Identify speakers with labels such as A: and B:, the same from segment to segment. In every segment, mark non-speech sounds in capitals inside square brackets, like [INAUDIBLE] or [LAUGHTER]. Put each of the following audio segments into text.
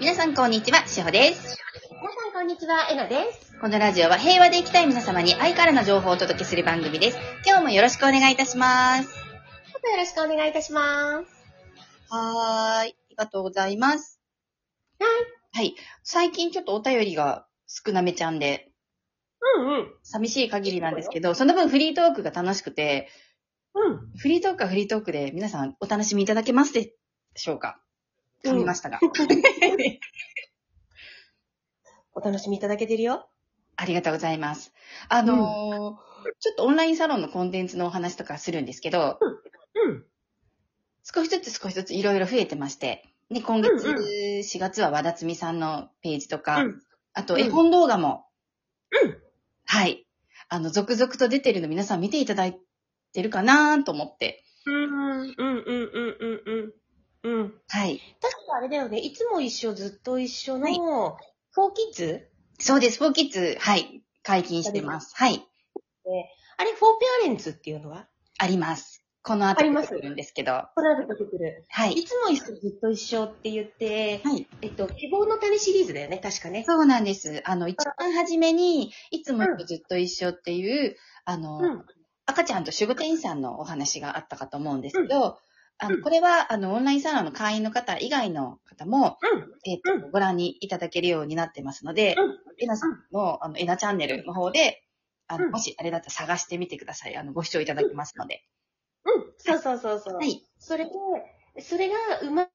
A: 皆さんこんにちは、しほです。
B: 皆さん、こんにちは。えなです。
A: このラジオは平和で生きたい皆様に愛からの情報をお届けする番組です。今日もよろしくお願いいたします。
B: どうぞよろしくお願いいたします。
A: はーい。ありがとうございます。はい。はい。最近ちょっとお便りが少なめちゃんで、
B: うんうん。
A: 寂しい限りなんですけど、その分フリートークが楽しくて、
B: うん。
A: フリートークはフリートークで皆さんお楽しみいただけますでしょうか噛みま [LAUGHS] したが。
B: お楽しみいただけてるよ。
A: ありがとうございます。あのーちょっとオンラインサロンのコンテンツのお話とかするんですけど、
B: うん。
A: 少しずつ少しずついろいろ増えてまして、ね、今月
B: うんうん
A: 4月は和田つみさんのページとか、
B: うん
A: あと
B: うん
A: 絵本動画も、
B: うん
A: はい。あの、続々と出てるの皆さん見ていただいてるかなと思って、
B: うんうんうんうんうんうん。うん。
A: はい。
B: 確かあれだよね。いつも一緒、ずっと一緒の、
A: はい
B: フォーキッズ
A: そうです、フォーキッズ、はい。解禁してます。はい。
B: あれ、フォーペアレンツっていうのは
A: あります。この後
B: あります
A: 出てくるんですけど、は
B: この後出てくる。
A: い。
B: いつも一緒、ずっと一緒って言って、
A: はい。
B: えっと、希望の種シリーズだよね、確かね。
A: そうなんです。あの、一番初めに、いつもとずっと一緒っていう、あの、
B: うん。
A: 赤ちゃんと守護店員さんのお話があったかと思うんですけど、あ
B: う
A: の
B: ん
A: これはあのオンラインサロンの会員の方以外の方も、
B: うん。
A: えっと
B: う
A: ご覧にいただけるようになってますので、
B: うん
A: えなさんのあのえなチャンネルの方で、あの
B: うん
A: もしあれだったら探してみてください。あのご視聴いただけますので。
B: うん。そうそうそうそう。
A: はい。
B: それで、それが生ま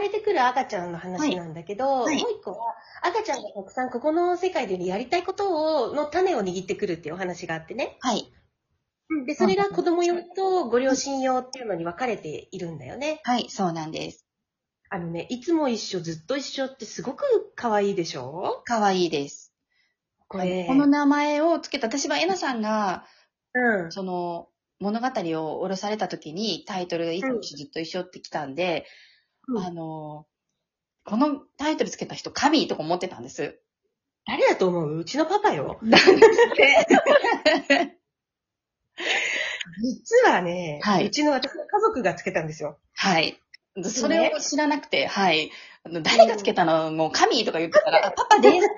B: れてくる赤ちゃんの話なんだけど、
A: はいはい
B: もう一個は、赤ちゃんがたくさんここの世界でやりたいことを、の種を握ってくるっていうお話があってね。
A: はい。
B: で、それが子供用とご両親用っていうのに分かれているんだよね。
A: はい、そうなんです。
B: あのね、いつも一緒、ずっと一緒ってすごく可愛いでしょ
A: かわいいです。
B: これ。
A: この名前をつけた、私はえなさんが、
B: うん。
A: その、物語を下ろされた時にタイトルがいつもずっと一緒ってきたんで、
B: うん
A: あの、このタイトルつけた人、神とか思ってたんです。
B: 誰だと思ううちのパパよ。実はね、
A: はいう
B: ちの私の家族がつけたんですよ。
A: はい。それを知らなくて、はい。あの誰がつけたの、もう神とか言ってたら、あパパですって。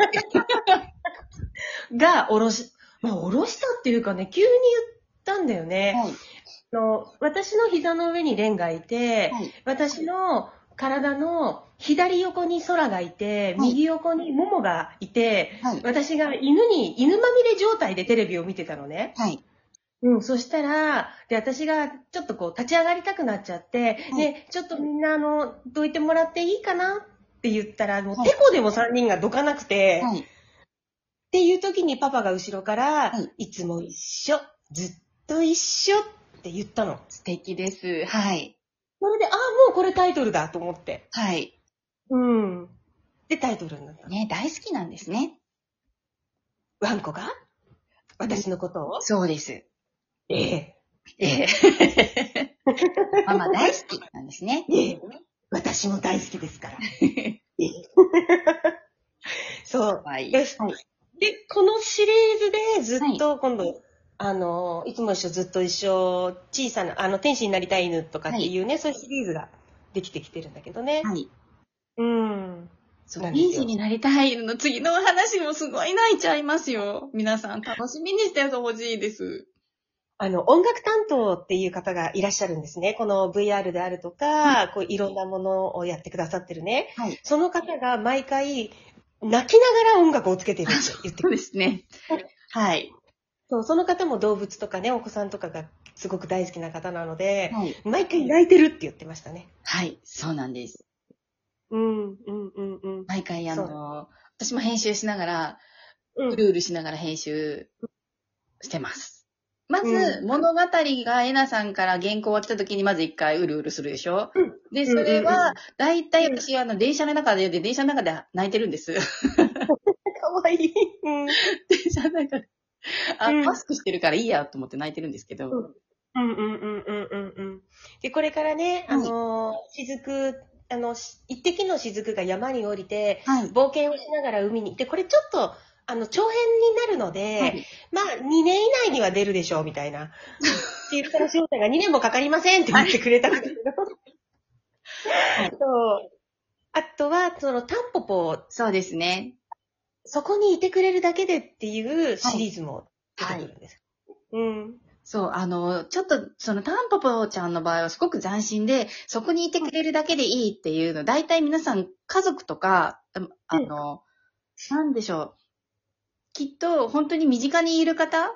B: [LAUGHS] が、おろし、まあ、おろしたっていうかね、急に言ったんだよね。
A: はい。
B: あの私の膝の上にレンがいて、
A: はい
B: 私の体の左横に空がいて、
A: はい
B: 右横にももがいて、
A: はい。
B: 私が犬に、犬まみれ状態でテレビを見てたのね。
A: はい。
B: うん、そしたら、で、私がちょっとこう立ち上がりたくなっちゃって、
A: はい
B: で、ちょっとみんなあの、どいてもらっていいかなって言ったら、もう
A: はい
B: てこでも3人がどかなくて、っ
A: はい。
B: ていう時にパパが後ろから、
A: はい
B: いつも一緒、ずっと一緒って言ったの。
A: 素敵です。はい。
B: それで、ああ、もうこれタイトルだと思って。
A: はい。
B: うん。で、タイトルになったの。
A: ね、大好きなんですね。
B: ワンコが私のことを
A: そうです。
B: ええ。
A: ええ。
B: [LAUGHS]
A: ママ大好きなんですね。
B: ええ。私も大好きです [LAUGHS] から。ええそう。
A: はい。
B: で
A: はい。
B: で、このシリーズでずっと今度、あの、いつも一緒ずっと一緒、小さな、あの、天使になりたい犬とかっていうね、そういうシリーズができてきてるんだけどね。
A: はい。
B: うん。
A: そう、リージになりたいの次のお話もすごい泣いちゃいますよ。皆さん楽しみにしてほしいです。
B: あの、音楽担当っていう方がいらっしゃるんですね。この VR であるとか、こういろんなものをやってくださってるね。
A: はい
B: その方が毎回、泣きながら音楽をつけてる [LAUGHS] って言って
A: そ
B: く
A: う
B: る。
A: ですね。はい。
B: そう、その方も動物とかね、お子さんとかがすごく大好きな方なので、
A: はい。
B: 毎回泣いてるって言ってましたね。
A: はい。そうなんです。
B: うん、うん、うん、 [LAUGHS] うん。
A: 毎回、あ
B: そ
A: の、私も編集しながら、
B: う
A: うるうるしながら編集してます。まず、
B: うん
A: 物語がエナさんから原稿が来た時にまず一回うるうるするでしょ、
B: うん
A: で、
B: うん
A: それ
B: うんうんう
A: は、だいたい私、あの、電車の中で、で電車の中で泣いてるんです。 [LAUGHS]
B: かわいい。うん。
A: 電車の中で。あ、
B: うん
A: マスクしてるからいいやと思って泣いてるんですけど。
B: うんうんうんうんうんうんうん。で、これからね、あのー、雫、あの、し一滴の雫が山に降りて、
A: はい。
B: 冒険をしながら海に行って、これちょっと、あの、長編になるので、
A: はい
B: まあ、2年以内には出るでしょう、みたいな。って言ったら、しおちゃんが2年もかかりませんって言ってくれたんだけど。そう。あ、トは、そのタンポポ、
A: そうですね。
B: そこにいてくれるだけでっていうシリーズも出てくるんです。うん。
A: そう、あの、ちょっと、その、タンポポちゃんの場合はすごく斬新で、そこにいてくれるだけでいいっていうの、大体皆さん、家族とか、うんあの、なんでしょう。きっと、本当に身近にいる方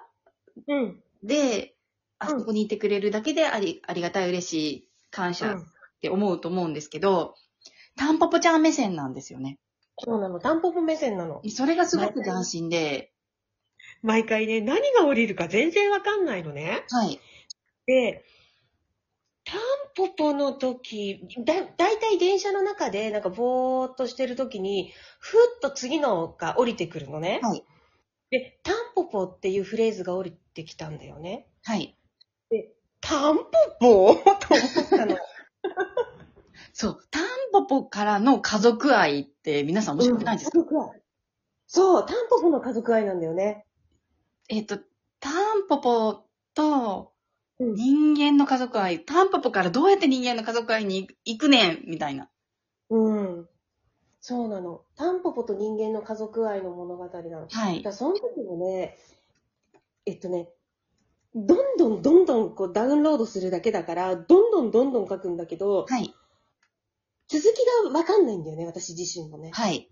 B: うん。
A: で、あ
B: うん
A: そこにいてくれるだけであり、ありがたい、嬉しい、感謝っ
B: ん
A: て思うと思うんですけど、タンポポちゃん目線なんですよね。
B: そうなの。タンポポ目線なの。
A: それがすごく斬新で、
B: 毎回ね、何が降りるか全然わかんないのね。
A: はい。
B: で、タンポポの時、だ、だいたい電車の中で、なんかぼーっとしてる時に、ふっと次のが降りてくるのね。
A: はい
B: で、タンポポっていうフレーズが降りてきたんだよね。
A: はい。
B: タンポポと思ったの。
A: そう、タンポポからの家族愛って皆 [LAUGHS] さん面白くないですか、
B: うん家族愛そう、タンポポの家族愛なんだよね。
A: えっと、タンポポと
B: うん
A: 人間の家族愛、タンポポからどうやって人間の家族愛に行くねんみたいな。
B: うん。そうなの。タンポポと人間の家族愛の物語なの。
A: は
B: だ
A: い
B: か。らその時もね、えっとね、どんどんどんどんこうダウンロードするだけだから、どんどんどんどん書くんだけど、
A: はい。
B: 続きがわかんないんだよね、私自身もね。
A: はい。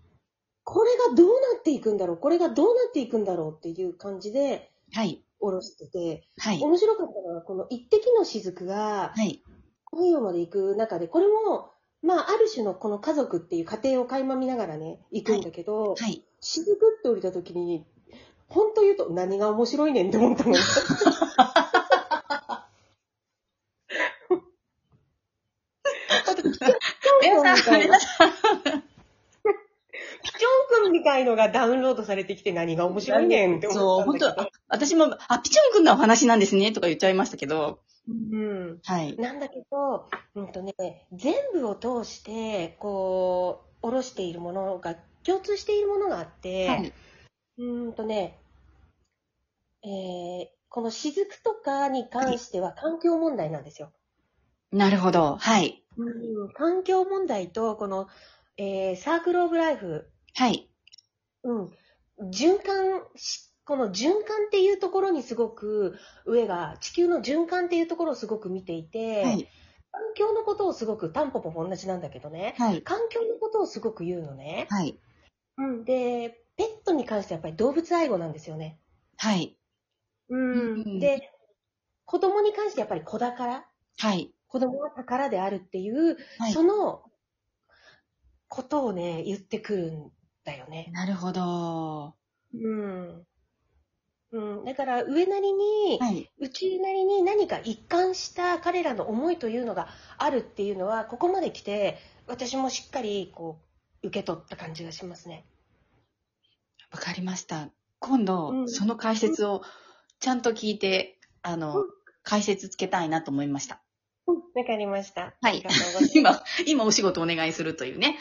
B: これがどうなっていくんだろう、これがどうなっていくんだろうっていう感じで
A: はい。
B: 下ろしてて、
A: はい。
B: 面白かったのは、この一滴の雫が、
A: はい。
B: 本洋まで行く中で、これも、まあ、ある種のこの家族っていう家庭を垣間見ながらね、行くんだけど、
A: はい。
B: 雫って降りた時に、本当言うと何が面白いねんって思ったもん。
A: 皆さん、皆さん、
B: ピチョン君みたいのがダウンロードされてきて何が面白いねんって
A: そ
B: 思
A: う、
B: ったん
A: 本当
B: だけど。
A: あ私も、あ、ピチョン君のお話なんですね、とか言っちゃいましたけど、
B: うん。
A: はい。
B: なんだけど、うんとね、全部を通して、こう、下ろしているものが、共通しているものがあって、
A: はい。
B: うーんとね、えー、この雫とかに関しては環境問題なんですよ。
A: なるほど。はい。
B: うん、環境問題と、この、えー、サークルオブライフ
A: はい。
B: うん。循環し、この循環っていうところにすごく、上が地球の循環っていうところをすごく見ていて、
A: はい。
B: 環境のことをすごく、タンポポも同じなんだけどね、
A: はい。
B: 環境のことをすごく言うのね。
A: はい。
B: うん。で、ペットに関してはやっぱり動物愛護なんですよね。
A: はい。
B: うんで、子供に関してやっぱり子宝、
A: はい。
B: 子供は宝であるっていう、
A: はい
B: そのことをね、言ってくるんだよね。
A: なるほど。
B: うん。うん、だから上なりに、
A: はい。
B: うちなりに何か一貫した彼らの思いというのがあるっていうのは、ここまで来て、私もしっかりこう、受け取った感じがしますね。
A: わかりました。今度、
B: うん
A: その解説をちゃんと聞いて、あの、
B: うん
A: 解説つけたいなと思いました。
B: わかりました。
A: はい
B: ありがとう [LAUGHS] ございます。
A: 今、今お仕事お願いするというね。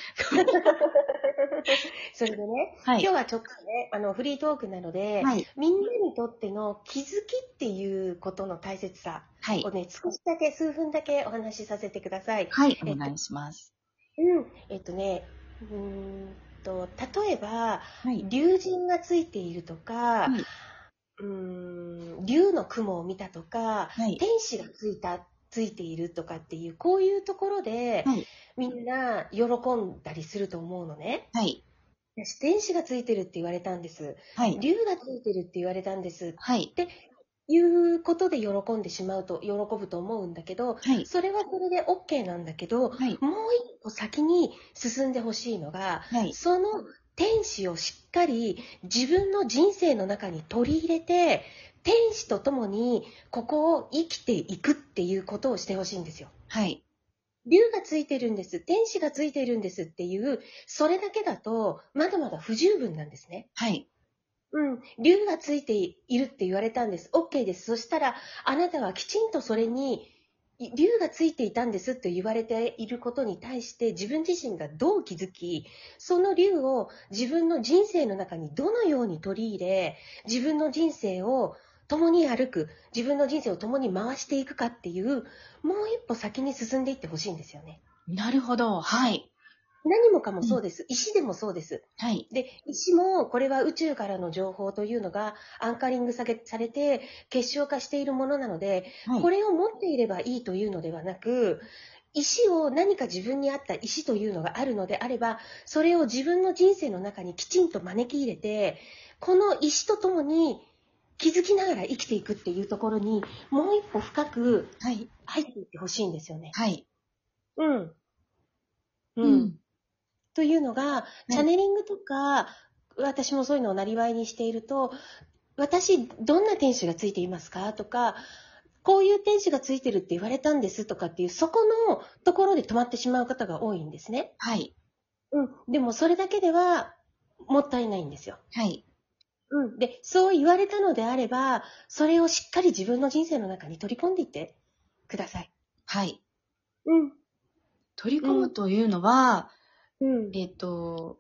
B: それでね、
A: は
B: 今日はちょっとね、あの、フリートークなので、
A: はい。
B: みんなにとっての気づきっていうことの大切さ
A: はい
B: を。ね、少しだけ、数分だけお話しさせてください。
A: はい。
B: えっと
A: お願いします。
B: うん。えっとね、うーんと、例えば、
A: はい。
B: 竜神がついているとか、
A: はいう
B: ーん、竜の雲を見たとか、
A: はい。
B: 天使がついた、ついているとかっていう、こういうところで、
A: はい
B: みんな喜んだりすると思うのね。
A: はい。
B: 私、天使がついてるって言われたんです。
A: はい。
B: 竜がついてるって言われたんです。
A: はい。
B: いうことで喜んでしまうと、喜ぶと思うんだけど、
A: はい。
B: それはそれで OK なんだけど、
A: はい。
B: もう一歩先に進んでほしいのが、
A: はい。
B: その天使をしっかり自分の人生の中に取り入れて、天使と共にここを生きていくっていうことをしてほしいんですよ。
A: はい。
B: 竜がついてるんです、天使がついてるんですっていう、それだけだとまだまだ不十分なんですね。
A: はい。
B: うん。竜がついているって言われたんです。OK です。そしたら、あなたはきちんとそれに、い竜がついていたんですって言われていることに対して、自分自身がどう気づき、その竜を自分の人生の中にどのように取り入れ、自分の人生を共に歩く、自分の人生を共に回していくかっていう、もう一歩先に進んでいってほしいんですよね。
A: なるほど。はい。
B: 何もかもそうです。石でもそうです。
A: はい。
B: で、石も、これは宇宙からの情報というのがアンカリングされされて結晶化しているものなので、
A: はい。
B: これを持っていればいいというのではなく、石を何か自分に合った石というのがあるのであれば、それを自分の人生の中にきちんと招き入れて、この石とともに気づきながら生きていくっていうところに、もう一歩深く
A: はい。
B: 入っていってほしいんですよね。
A: はい。
B: うん。
A: う
B: うん。。というのが、
A: い
B: チャネリングとか、私もそういうのをなりわいにしていると、私、どんな天使がついていますかとか、こういう天使がついてるって言われたんですとかっていう、そこのところで止まってしまう方が多いんですね。
A: はい。
B: うん。でも、それだけでは、もったいないんですよ。
A: はい。
B: うん。で、そう言われたのであれば、それをしっかり自分の人生の中に取り込んでいってください。
A: はい。
B: うん。
A: 取り込むというのは、
B: うん。
A: えっ、と、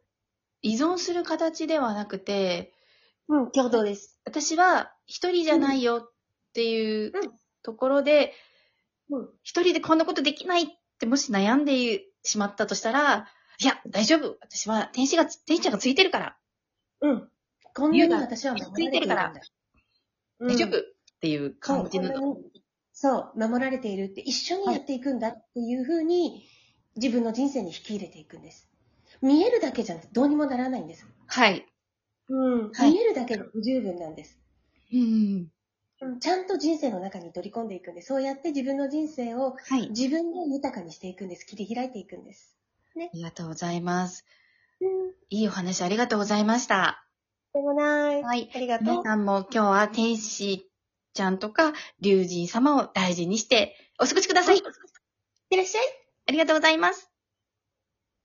A: 依存する形ではなくて、
B: うん、共同です。
A: 私は一人じゃないよっていう
B: うん
A: ところで、
B: うん。
A: 一人でこんなことできないってもし悩んでしまったとしたら、いや、大丈夫。私は天使が、天使がついてるから、
B: うん。こんなに私は守られいるんだうん
A: 大丈夫っていう感じのと。
B: そう、守られているって、一緒にやっていくんだっていうふうに、自分の人生に引き入れていくんです。見えるだけじゃどうにもならないんです。
A: はい。
B: うん
A: はい
B: 見えるだけで不十分なんです。
A: うん。
B: ちゃんと人生の中に取り込んでいくんです。そうやって自分の人生を
A: はい。
B: 自分で豊かにしていくんです。切り開いていくんです。
A: ありがとうございます。
B: うん。
A: いいお話ありがとうございました。
B: でもない。
A: はい。
B: ありがとう
A: 皆。さんも今日は天使ちゃんとか竜神様を大事にしてお過ごしください。
B: いってらっしゃい。
A: ありがとうございます。